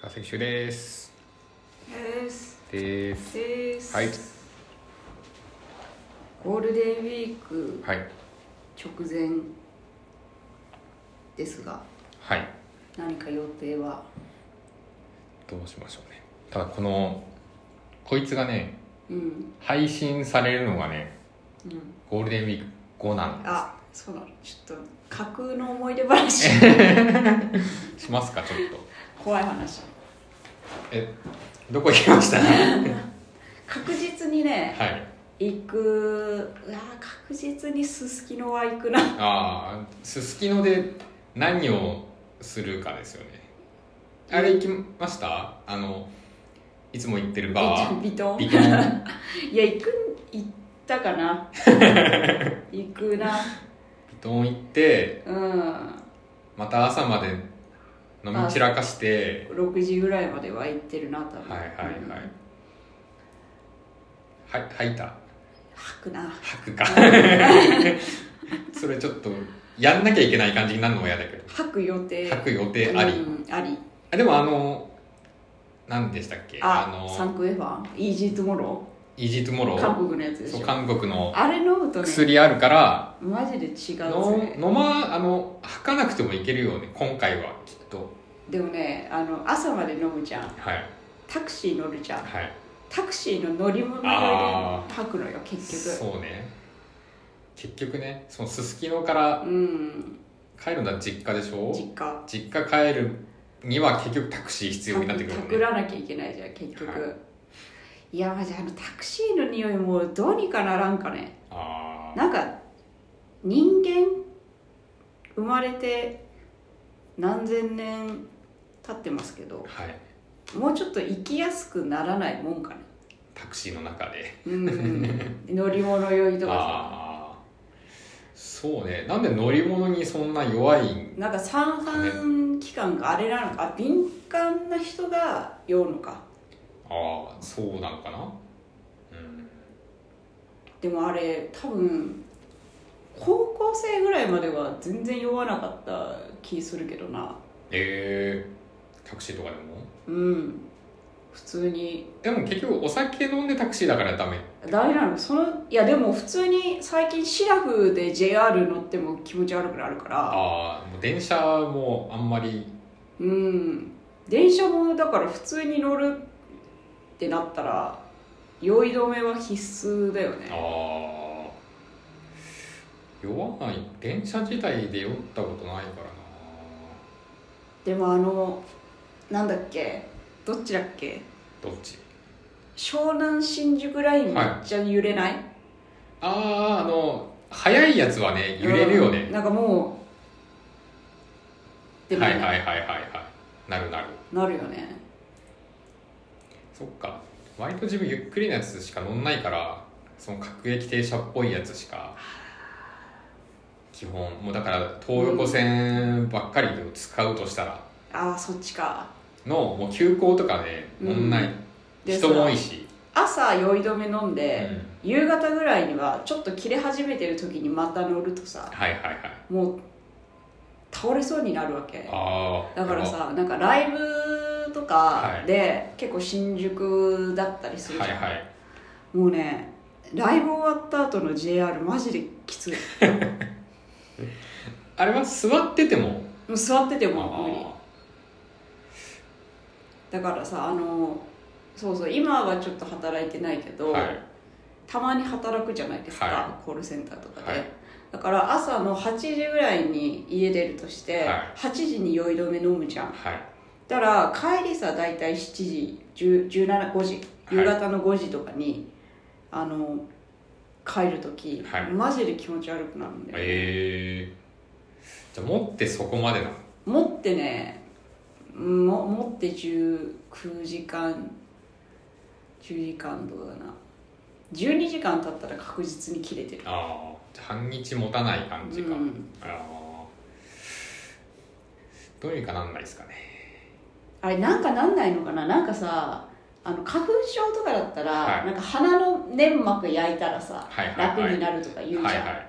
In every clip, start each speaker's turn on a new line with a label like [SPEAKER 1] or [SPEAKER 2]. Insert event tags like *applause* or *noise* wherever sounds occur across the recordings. [SPEAKER 1] 川崎修です
[SPEAKER 2] です
[SPEAKER 1] です
[SPEAKER 2] です
[SPEAKER 1] はい
[SPEAKER 2] ゴールデンウィーク
[SPEAKER 1] はい
[SPEAKER 2] 直前ですが
[SPEAKER 1] はい
[SPEAKER 2] 何か予定は
[SPEAKER 1] どうしましょうねただこのこいつがね
[SPEAKER 2] うん
[SPEAKER 1] 配信されるのがね
[SPEAKER 2] うん
[SPEAKER 1] ゴールデンウィーク後なんで
[SPEAKER 2] あそうなのちょっと架空の思い出話
[SPEAKER 1] *laughs* すしますかちょっと
[SPEAKER 2] 怖い話
[SPEAKER 1] えどこ行きました *laughs* は
[SPEAKER 2] 確実にね
[SPEAKER 1] い
[SPEAKER 2] 行くうわー確実にすすきのは行くな
[SPEAKER 1] ああすすきので何をするかですよねあれ行きましたあのいつも行ってるバー
[SPEAKER 2] ビトン
[SPEAKER 1] ビトン
[SPEAKER 2] いや行く行ったか
[SPEAKER 1] *laughs*
[SPEAKER 2] な行くな
[SPEAKER 1] ビトン行って
[SPEAKER 2] うん
[SPEAKER 1] また朝まで飲み散らかして
[SPEAKER 2] 6時ぐらいまでは行ってるな多分
[SPEAKER 1] はいはいは
[SPEAKER 2] うん
[SPEAKER 1] いはい吐いた
[SPEAKER 2] 吐くな
[SPEAKER 1] 吐くかそれちょっとやんなきゃいけない感じになるのも嫌だけど
[SPEAKER 2] 吐く予定
[SPEAKER 1] 吐く予定あり、
[SPEAKER 2] うんあり
[SPEAKER 1] あでもあの何でしたっけ
[SPEAKER 2] あサ
[SPEAKER 1] の
[SPEAKER 2] ンクエファンイージートゥモロ
[SPEAKER 1] イージートゥモロ
[SPEAKER 2] ー
[SPEAKER 1] ー
[SPEAKER 2] 韓国のやつでし
[SPEAKER 1] そう
[SPEAKER 2] ょ
[SPEAKER 1] 韓国の
[SPEAKER 2] あれ飲むとね
[SPEAKER 1] 薬あるから、
[SPEAKER 2] マジで違うぜ
[SPEAKER 1] の飲まあの吐かなくてもいけるよね今回はきっと
[SPEAKER 2] でもねあの朝まで飲むじゃん
[SPEAKER 1] はい
[SPEAKER 2] タクシー乗るじゃん
[SPEAKER 1] はい
[SPEAKER 2] タクシーの乗り物で
[SPEAKER 1] あ
[SPEAKER 2] 吐くのよ結局
[SPEAKER 1] そうね結局ねそのすすきのから
[SPEAKER 2] うん
[SPEAKER 1] 帰るのは実家でしょ
[SPEAKER 2] 実家
[SPEAKER 1] 実家帰るには結局タクシー必要になってくるも
[SPEAKER 2] た
[SPEAKER 1] ん
[SPEAKER 2] く
[SPEAKER 1] ね
[SPEAKER 2] らなきゃいけないじゃん結局、、
[SPEAKER 1] はい
[SPEAKER 2] やマジあのタクシーの匂いもうどうにかならんかね
[SPEAKER 1] あ
[SPEAKER 2] なんか人間生まれて何千年経ってますけど
[SPEAKER 1] あはい
[SPEAKER 2] もうちょっと生きやすくならないもんかね、
[SPEAKER 1] タクシーの中で
[SPEAKER 2] うんうん、乗り物酔いとか
[SPEAKER 1] ああそうねなんで乗り物にそんな弱いん
[SPEAKER 2] さなんか三半期間があれなのかあ敏感な人が酔うのか
[SPEAKER 1] ああそうなのかなうん
[SPEAKER 2] でもあれ多分高校生ぐらいまでは全然酔わなかった気するけどな
[SPEAKER 1] ええタクシーとかでも
[SPEAKER 2] うん普通に
[SPEAKER 1] でも結局お酒飲んでタクシーだからダメ
[SPEAKER 2] ダメなのそのいやでも普通に最近シラフで JR 乗っても気持ち悪くなるから
[SPEAKER 1] ああもう電車もあんまり
[SPEAKER 2] うん電車もだから普通に乗るってなったら酔い止めは必須だよ
[SPEAKER 1] あ
[SPEAKER 2] ね
[SPEAKER 1] あ酔わない電車自体で酔ったことないからな
[SPEAKER 2] でもあのなんだっけどっちだっけ
[SPEAKER 1] どっち
[SPEAKER 2] 湘南新宿ラインめっちゃ揺れない、
[SPEAKER 1] あああの速いやつはね揺れるよ
[SPEAKER 2] うん
[SPEAKER 1] ね、
[SPEAKER 2] なんかもうでも、
[SPEAKER 1] はいはいはいはいはいなるなる
[SPEAKER 2] なるよね
[SPEAKER 1] そっか割と自分ゆっくりなやつしか乗んないからその各駅停車っぽいやつしか基本もうだから東横線ばっかりを使うとしたら
[SPEAKER 2] ああそっちか
[SPEAKER 1] のもう急行とかね
[SPEAKER 2] うん
[SPEAKER 1] 乗んない、
[SPEAKER 2] で
[SPEAKER 1] 人も多いし、
[SPEAKER 2] 朝酔い止め飲ん
[SPEAKER 1] う
[SPEAKER 2] で、
[SPEAKER 1] ん、
[SPEAKER 2] 夕方ぐらいにはちょっと切れ始めてる時にまた乗るとさ
[SPEAKER 1] はいはいはい
[SPEAKER 2] もう倒れそうになるわけ
[SPEAKER 1] ああ
[SPEAKER 2] だからさなんかライブとか
[SPEAKER 1] はい
[SPEAKER 2] で結構新宿だったりするじゃ
[SPEAKER 1] は
[SPEAKER 2] ん、
[SPEAKER 1] いはい
[SPEAKER 2] もうねライブ終わった後の JR マジできついも
[SPEAKER 1] あれは座ってても
[SPEAKER 2] う座ってても無理
[SPEAKER 1] あ
[SPEAKER 2] だからさあのそうそう今はちょっと働いてないけ
[SPEAKER 1] あ
[SPEAKER 2] ど、
[SPEAKER 1] はい
[SPEAKER 2] たまに働くじゃないですか、
[SPEAKER 1] は
[SPEAKER 2] コールセンターとかで、
[SPEAKER 1] はい
[SPEAKER 2] だから朝の8時ぐらいに家出るとして、
[SPEAKER 1] は
[SPEAKER 2] 8時に酔い止め飲むじゃん
[SPEAKER 1] はい
[SPEAKER 2] だから帰りさ大体7時175時
[SPEAKER 1] はい
[SPEAKER 2] 夕方の5時とかに、あの帰る時、
[SPEAKER 1] はい
[SPEAKER 2] マジで気持ち悪くなるんだよね、
[SPEAKER 1] ええじゃあ持ってそこまでなの
[SPEAKER 2] 持ってねも持って19時間10時間とかだな12時間経ったら確実に切れてる
[SPEAKER 1] ああじゃあ半日持たない感じか、
[SPEAKER 2] うん
[SPEAKER 1] ああどうにかなんないですかね
[SPEAKER 2] あれなんかなんないのかななんかさあの花粉症とかだったら、
[SPEAKER 1] はい
[SPEAKER 2] なんか鼻の粘膜焼いたらさ、
[SPEAKER 1] はいはいはい
[SPEAKER 2] 楽になるとか言うじゃん、
[SPEAKER 1] はいはい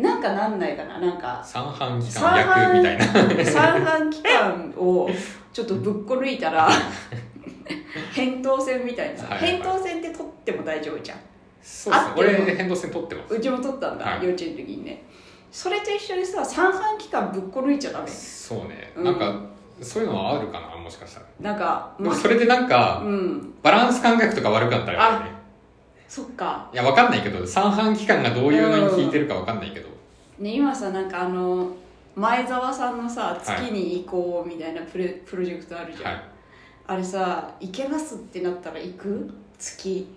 [SPEAKER 2] なんかなんないかななんか
[SPEAKER 1] 三半規管役みたいな
[SPEAKER 2] 三半規管をちょっとぶっこ抜いたら扁桃腺みたいなさ、
[SPEAKER 1] はいはい
[SPEAKER 2] 扁桃腺って取っても大丈夫じゃん
[SPEAKER 1] そうですね
[SPEAKER 2] 合ってる
[SPEAKER 1] 俺変動線取ってます
[SPEAKER 2] うちも取ったんだ、
[SPEAKER 1] はい
[SPEAKER 2] 幼稚園の時にねそれと一緒にさ三半規管ぶっこ抜いちゃダメ
[SPEAKER 1] そうね、
[SPEAKER 2] うん
[SPEAKER 1] なんかそういうのはあるかなもしかしたら、
[SPEAKER 2] なんか、
[SPEAKER 1] で
[SPEAKER 2] ま
[SPEAKER 1] もそれでなん
[SPEAKER 2] あ、
[SPEAKER 1] か
[SPEAKER 2] うん
[SPEAKER 1] バランス感覚とか悪かったらやっぱりね
[SPEAKER 2] そっか
[SPEAKER 1] いやわかんないけど三半規管がどういうのに効いてるかわかんないけど、
[SPEAKER 2] ね、今さなんかあの前澤さんのさ月に行こうみたいなプレ、プロジェクトあるじゃ
[SPEAKER 1] は
[SPEAKER 2] ん、
[SPEAKER 1] い
[SPEAKER 2] あれさ行けますってなったら行く月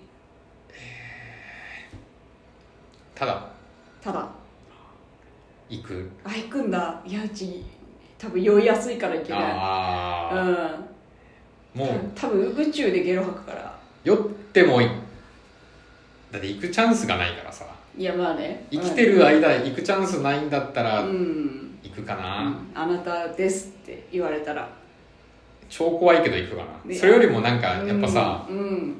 [SPEAKER 1] ただ
[SPEAKER 2] ただ
[SPEAKER 1] 行く
[SPEAKER 2] あ行くんだいやうち多分酔いやすいから行けない
[SPEAKER 1] あ
[SPEAKER 2] う
[SPEAKER 1] あ、
[SPEAKER 2] ん
[SPEAKER 1] もう
[SPEAKER 2] 多分宇宙でゲロ吐くから
[SPEAKER 1] 酔ってもいだって行くチャンスがないからさ
[SPEAKER 2] いやまあね
[SPEAKER 1] 生きてる間行くチャンスないんだった
[SPEAKER 2] う
[SPEAKER 1] ら
[SPEAKER 2] ん、うん
[SPEAKER 1] 行くかな、
[SPEAKER 2] あなたですって言われたら
[SPEAKER 1] 超怖いけど行くかな
[SPEAKER 2] ね
[SPEAKER 1] それよりもなんかやっぱさ、
[SPEAKER 2] うん、うん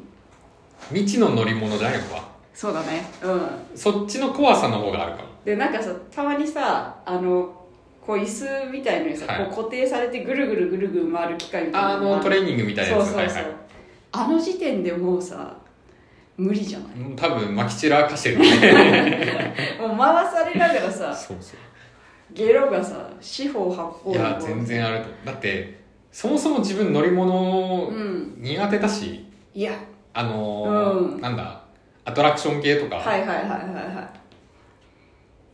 [SPEAKER 1] 未知の乗り物じゃんやっぱ
[SPEAKER 2] そうだねうん
[SPEAKER 1] そっちの怖さの方があるかも
[SPEAKER 2] でなんかさたまにさあのこう椅子みたいのにさ、
[SPEAKER 1] はい
[SPEAKER 2] こう固定されてぐるぐるぐるぐる回る機械みたいな
[SPEAKER 1] あのトレーニングみたいなやつ
[SPEAKER 2] そうそうそう、
[SPEAKER 1] はいは
[SPEAKER 2] あの時点でもうさ無理じゃない
[SPEAKER 1] い、多分マキチラー化してるね *laughs*
[SPEAKER 2] *laughs* もう回されながらさ
[SPEAKER 1] そうそ
[SPEAKER 2] *laughs* ゲロがさ四方八方
[SPEAKER 1] いや全然あると思うだってそもそも自分乗り物
[SPEAKER 2] うん
[SPEAKER 1] 苦手だし、
[SPEAKER 2] いや
[SPEAKER 1] あのー
[SPEAKER 2] うん
[SPEAKER 1] なんだアトラクション系とか、
[SPEAKER 2] はいはいはいはいは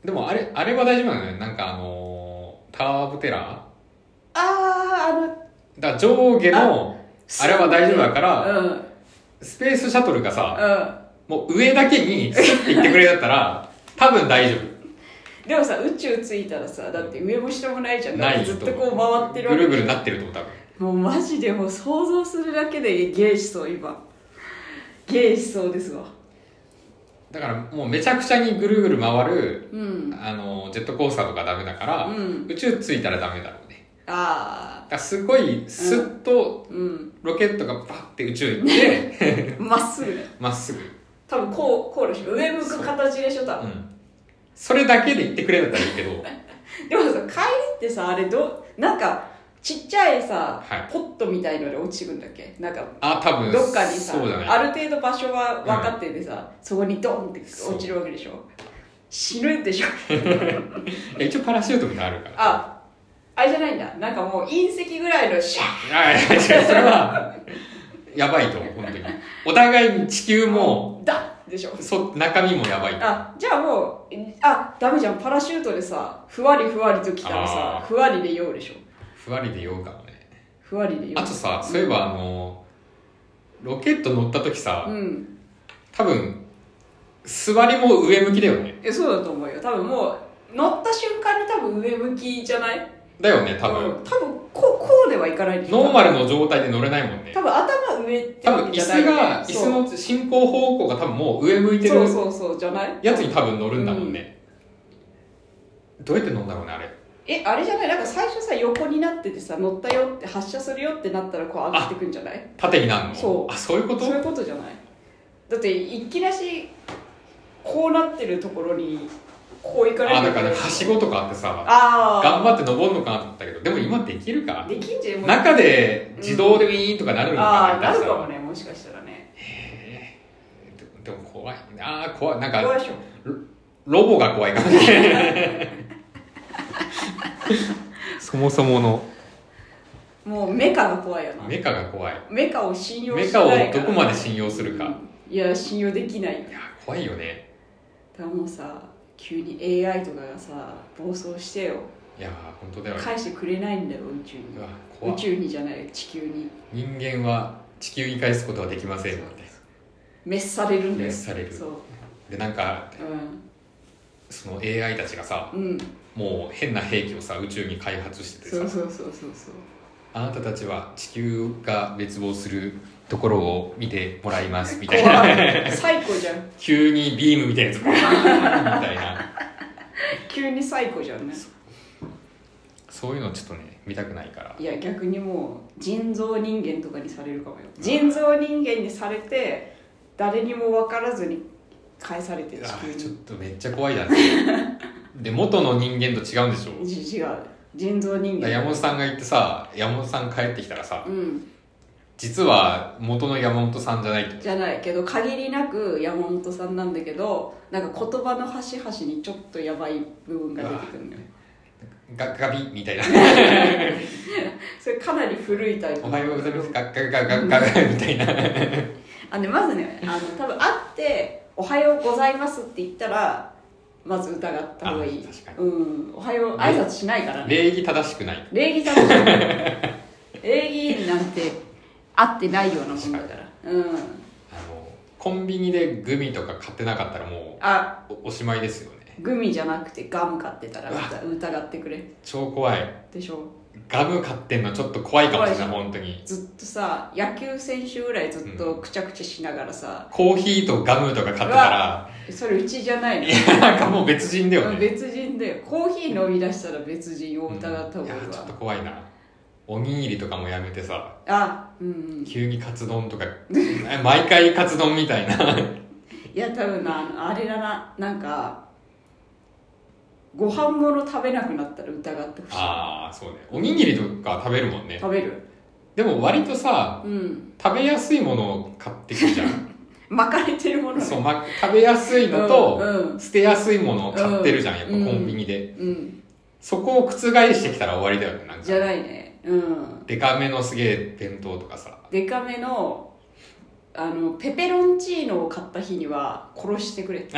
[SPEAKER 1] でもあれあれは大丈夫なのよなんかあのータワー・オブ・テラー
[SPEAKER 2] いあーあの
[SPEAKER 1] だから上下のあれは大丈夫だから
[SPEAKER 2] うんうん
[SPEAKER 1] スペースシャトルがさ、もう上だけにスッて行ってくれだった
[SPEAKER 2] *laughs*
[SPEAKER 1] ら多分大丈夫
[SPEAKER 2] でもさ宇宙着いたらさだって上も下もないじゃんだっ
[SPEAKER 1] な
[SPEAKER 2] て
[SPEAKER 1] い
[SPEAKER 2] ずっ
[SPEAKER 1] と
[SPEAKER 2] とこう回ってるわ
[SPEAKER 1] ぐ
[SPEAKER 2] け
[SPEAKER 1] るぐるなってると思う多分
[SPEAKER 2] もうマジでもう想像するだけでゲイしそう今ゲイしそうですわ
[SPEAKER 1] だからもうめちゃくちゃにぐるぐる回る
[SPEAKER 2] うん
[SPEAKER 1] あのジェットコースターとかダメだから、
[SPEAKER 2] うん
[SPEAKER 1] 宇宙着いたらダメだろうね
[SPEAKER 2] ああ
[SPEAKER 1] だからすごいスッと
[SPEAKER 2] うん
[SPEAKER 1] ロケットがバッて宇宙行
[SPEAKER 2] *laughs*
[SPEAKER 1] って
[SPEAKER 2] まっすぐね
[SPEAKER 1] まっすぐ
[SPEAKER 2] 多分こうこうでしょ上向く形でしょ多
[SPEAKER 1] う
[SPEAKER 2] 分
[SPEAKER 1] んそれだけで行ってくれだったらいいけど
[SPEAKER 2] でもさ帰りってさあれどうなんかちっちゃいさ、
[SPEAKER 1] はい
[SPEAKER 2] ポットみたいので落ちてくんだっけなんか
[SPEAKER 1] あ多分
[SPEAKER 2] どっかにさ
[SPEAKER 1] そうじゃない
[SPEAKER 2] ある程度場所は分かっててさ、そこにドンって落ちるわけでしょ死ぬでしょ
[SPEAKER 1] いや一応パラシュートみたいなのあるから
[SPEAKER 2] ああれじゃないんだなんかもう隕石ぐらいのシャー
[SPEAKER 1] いやいや違うそれはやばいと思う本当
[SPEAKER 2] *laughs*
[SPEAKER 1] にお互いに地球も
[SPEAKER 2] だでしょ
[SPEAKER 1] そ中身もやばいと
[SPEAKER 2] あじゃあもうあダメじゃんパラシュートでさふわりふわりと来たら
[SPEAKER 1] あ
[SPEAKER 2] さ
[SPEAKER 1] ー
[SPEAKER 2] ふわりで酔うでしょ
[SPEAKER 1] ふわりで酔うかもね
[SPEAKER 2] ふわりで酔う
[SPEAKER 1] あとさそういえばあのロケット乗った時さ、
[SPEAKER 2] うん
[SPEAKER 1] 多分座りも上向きだよね
[SPEAKER 2] えそうだと思うよ多分もう乗った瞬間に多分上向きじゃない
[SPEAKER 1] だよね多分、
[SPEAKER 2] うん多分こうこうではいかないでしょ
[SPEAKER 1] ノーマルの状態で乗れないもんね
[SPEAKER 2] 多分頭上って
[SPEAKER 1] 多
[SPEAKER 2] わ
[SPEAKER 1] 分
[SPEAKER 2] け
[SPEAKER 1] 椅
[SPEAKER 2] じゃない
[SPEAKER 1] 子
[SPEAKER 2] よね
[SPEAKER 1] が椅
[SPEAKER 2] そう
[SPEAKER 1] 子の進行方向が多分もう上向いてる
[SPEAKER 2] そうそうそうじゃない
[SPEAKER 1] やつに多分乗るんだもんね、どうやって乗んだろうねあれ
[SPEAKER 2] えあれじゃないなんか最初さ横になっててさ乗ったよって発射するよってなったらこう上がってくんじゃない
[SPEAKER 1] 縦になるの
[SPEAKER 2] そう
[SPEAKER 1] あそういうこと
[SPEAKER 2] そういうことじゃないだっていきなしこうなってるところにこう行かれ
[SPEAKER 1] あ
[SPEAKER 2] る
[SPEAKER 1] だからはしごとかあってさ
[SPEAKER 2] あ
[SPEAKER 1] 頑張って登るのかなと思ったけどでも今できるか
[SPEAKER 2] あできんじゃんもう
[SPEAKER 1] 中で自動でウィーンとかなるの
[SPEAKER 2] あ
[SPEAKER 1] か
[SPEAKER 2] あ
[SPEAKER 1] な、
[SPEAKER 2] な
[SPEAKER 1] 下手
[SPEAKER 2] る
[SPEAKER 1] した
[SPEAKER 2] からもねもしかしたらね
[SPEAKER 1] でも怖いああ怖いなん
[SPEAKER 2] どう
[SPEAKER 1] か
[SPEAKER 2] でしょう
[SPEAKER 1] ロボが怖いかもしれない
[SPEAKER 2] *laughs*
[SPEAKER 1] そもそもの
[SPEAKER 2] もうメカが怖いよな
[SPEAKER 1] メカが怖い
[SPEAKER 2] メカを信用
[SPEAKER 1] メ
[SPEAKER 2] しな
[SPEAKER 1] カ
[SPEAKER 2] い
[SPEAKER 1] を
[SPEAKER 2] から
[SPEAKER 1] どこまで信用するか
[SPEAKER 2] いや信用できないよ
[SPEAKER 1] いや怖いよね
[SPEAKER 2] だからもうさ急に AI とかがさ暴走してよ
[SPEAKER 1] いや本当だよ
[SPEAKER 2] 返してくれないんだよ宇宙に
[SPEAKER 1] うわ怖
[SPEAKER 2] 宇
[SPEAKER 1] い
[SPEAKER 2] 宙にじゃない地球に
[SPEAKER 1] 人間は地球に返すことはできませんので
[SPEAKER 2] 滅されるんだ
[SPEAKER 1] 滅
[SPEAKER 2] よ
[SPEAKER 1] される
[SPEAKER 2] そう
[SPEAKER 1] でなんか
[SPEAKER 2] う
[SPEAKER 1] その AI たちがさ
[SPEAKER 2] んうん
[SPEAKER 1] もう変な兵器をさ宇宙に開発しててさ
[SPEAKER 2] そうそうそうそうそう
[SPEAKER 1] あなたたちは地球が滅亡するところを見てもらいますみたいな
[SPEAKER 2] 怖い最高じゃん
[SPEAKER 1] 急にビームみたいなやつバーンみたいな
[SPEAKER 2] 急に最高じゃんね
[SPEAKER 1] そういうのちょっとね見たくないから
[SPEAKER 2] いや逆にもう人造人間とかにされるかもよ人造人間にされて誰にも分からずに返されてる
[SPEAKER 1] あー
[SPEAKER 2] 地
[SPEAKER 1] ちょっとめっちゃ怖いじゃんで元の人間と違うんでしょ
[SPEAKER 2] 球にじ違う人造人
[SPEAKER 1] だから
[SPEAKER 2] 間
[SPEAKER 1] 山本さんが言ってさ山本さん帰ってきたらさ
[SPEAKER 2] うん
[SPEAKER 1] 実は元の山本さんじゃないと
[SPEAKER 2] じゃないけど限りなく山本さんなんだけどなんか言葉の端々にちょっとやばい部分が出てくるのよ
[SPEAKER 1] ガッガビみたいな
[SPEAKER 2] それかなり古いタイプ
[SPEAKER 1] おはようございますガッガガガガガみたいな
[SPEAKER 2] あでまずね
[SPEAKER 1] *laughs*
[SPEAKER 2] あの多分会って「おはようございます」って言ったらまず疑った方がいい
[SPEAKER 1] あ確かに
[SPEAKER 2] うんおはよう挨拶しないからね
[SPEAKER 1] 礼儀正しくない
[SPEAKER 2] 礼儀正しい礼儀なんて合ってないようなもんだからうん
[SPEAKER 1] あのコンビニでグミとか買ってなかったらも
[SPEAKER 2] あ
[SPEAKER 1] うおおしまいですよね
[SPEAKER 2] グミじゃなくてガム買ってたら
[SPEAKER 1] うわ
[SPEAKER 2] 疑ってくれ
[SPEAKER 1] 超怖い
[SPEAKER 2] でしょ
[SPEAKER 1] ガム買ってんのちょっと怖いかもしれない
[SPEAKER 2] 怖
[SPEAKER 1] 本当に
[SPEAKER 2] ずっとさ野球選手ぐらいずっとくちゃくちゃしながらさ、
[SPEAKER 1] コーヒーとガムとか買ってた *laughs* ら
[SPEAKER 2] それうちじゃないの
[SPEAKER 1] いやなんかもう別人だよね
[SPEAKER 2] 別人でコーヒー飲み出したら別人を疑った方がいいわ
[SPEAKER 1] いやちょっと怖いなおにぎりとかもやめてさ
[SPEAKER 2] あうんうん
[SPEAKER 1] 急にカツ丼とか毎回カツ丼みたい *laughs* ない
[SPEAKER 2] や多分なあのあれだななんかご飯物食べなくなったら疑ってほしい
[SPEAKER 1] ああそうねおにぎりとか食べるもんね
[SPEAKER 2] 食べる
[SPEAKER 1] でも割とさ
[SPEAKER 2] うん
[SPEAKER 1] 食べやすいものを買ってくじゃん
[SPEAKER 2] 巻かれてるもの
[SPEAKER 1] そう、ま、食べやすいのと、
[SPEAKER 2] うん
[SPEAKER 1] 捨てやすいものを買ってるじゃん、やっぱコ
[SPEAKER 2] うん
[SPEAKER 1] ンビニで、
[SPEAKER 2] うん、
[SPEAKER 1] そこを覆してきたら終わりだよねなんか
[SPEAKER 2] じゃないねうん
[SPEAKER 1] デカめのすげえ弁当とかさ
[SPEAKER 2] デカめのあのペペロンチーノを買った日には殺してくれって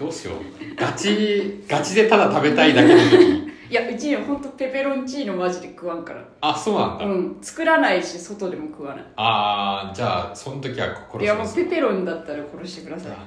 [SPEAKER 1] どうしようガチガチでただ食べたいだけの時
[SPEAKER 2] いやうちには本当ペペロンチーノマジで食わんから
[SPEAKER 1] あそうなんだ、
[SPEAKER 2] うん作らないし外でも食わない
[SPEAKER 1] ああじゃあその時は殺
[SPEAKER 2] い
[SPEAKER 1] し
[SPEAKER 2] やも
[SPEAKER 1] ま
[SPEAKER 2] う
[SPEAKER 1] す
[SPEAKER 2] ペペロンだったら殺してください
[SPEAKER 1] あ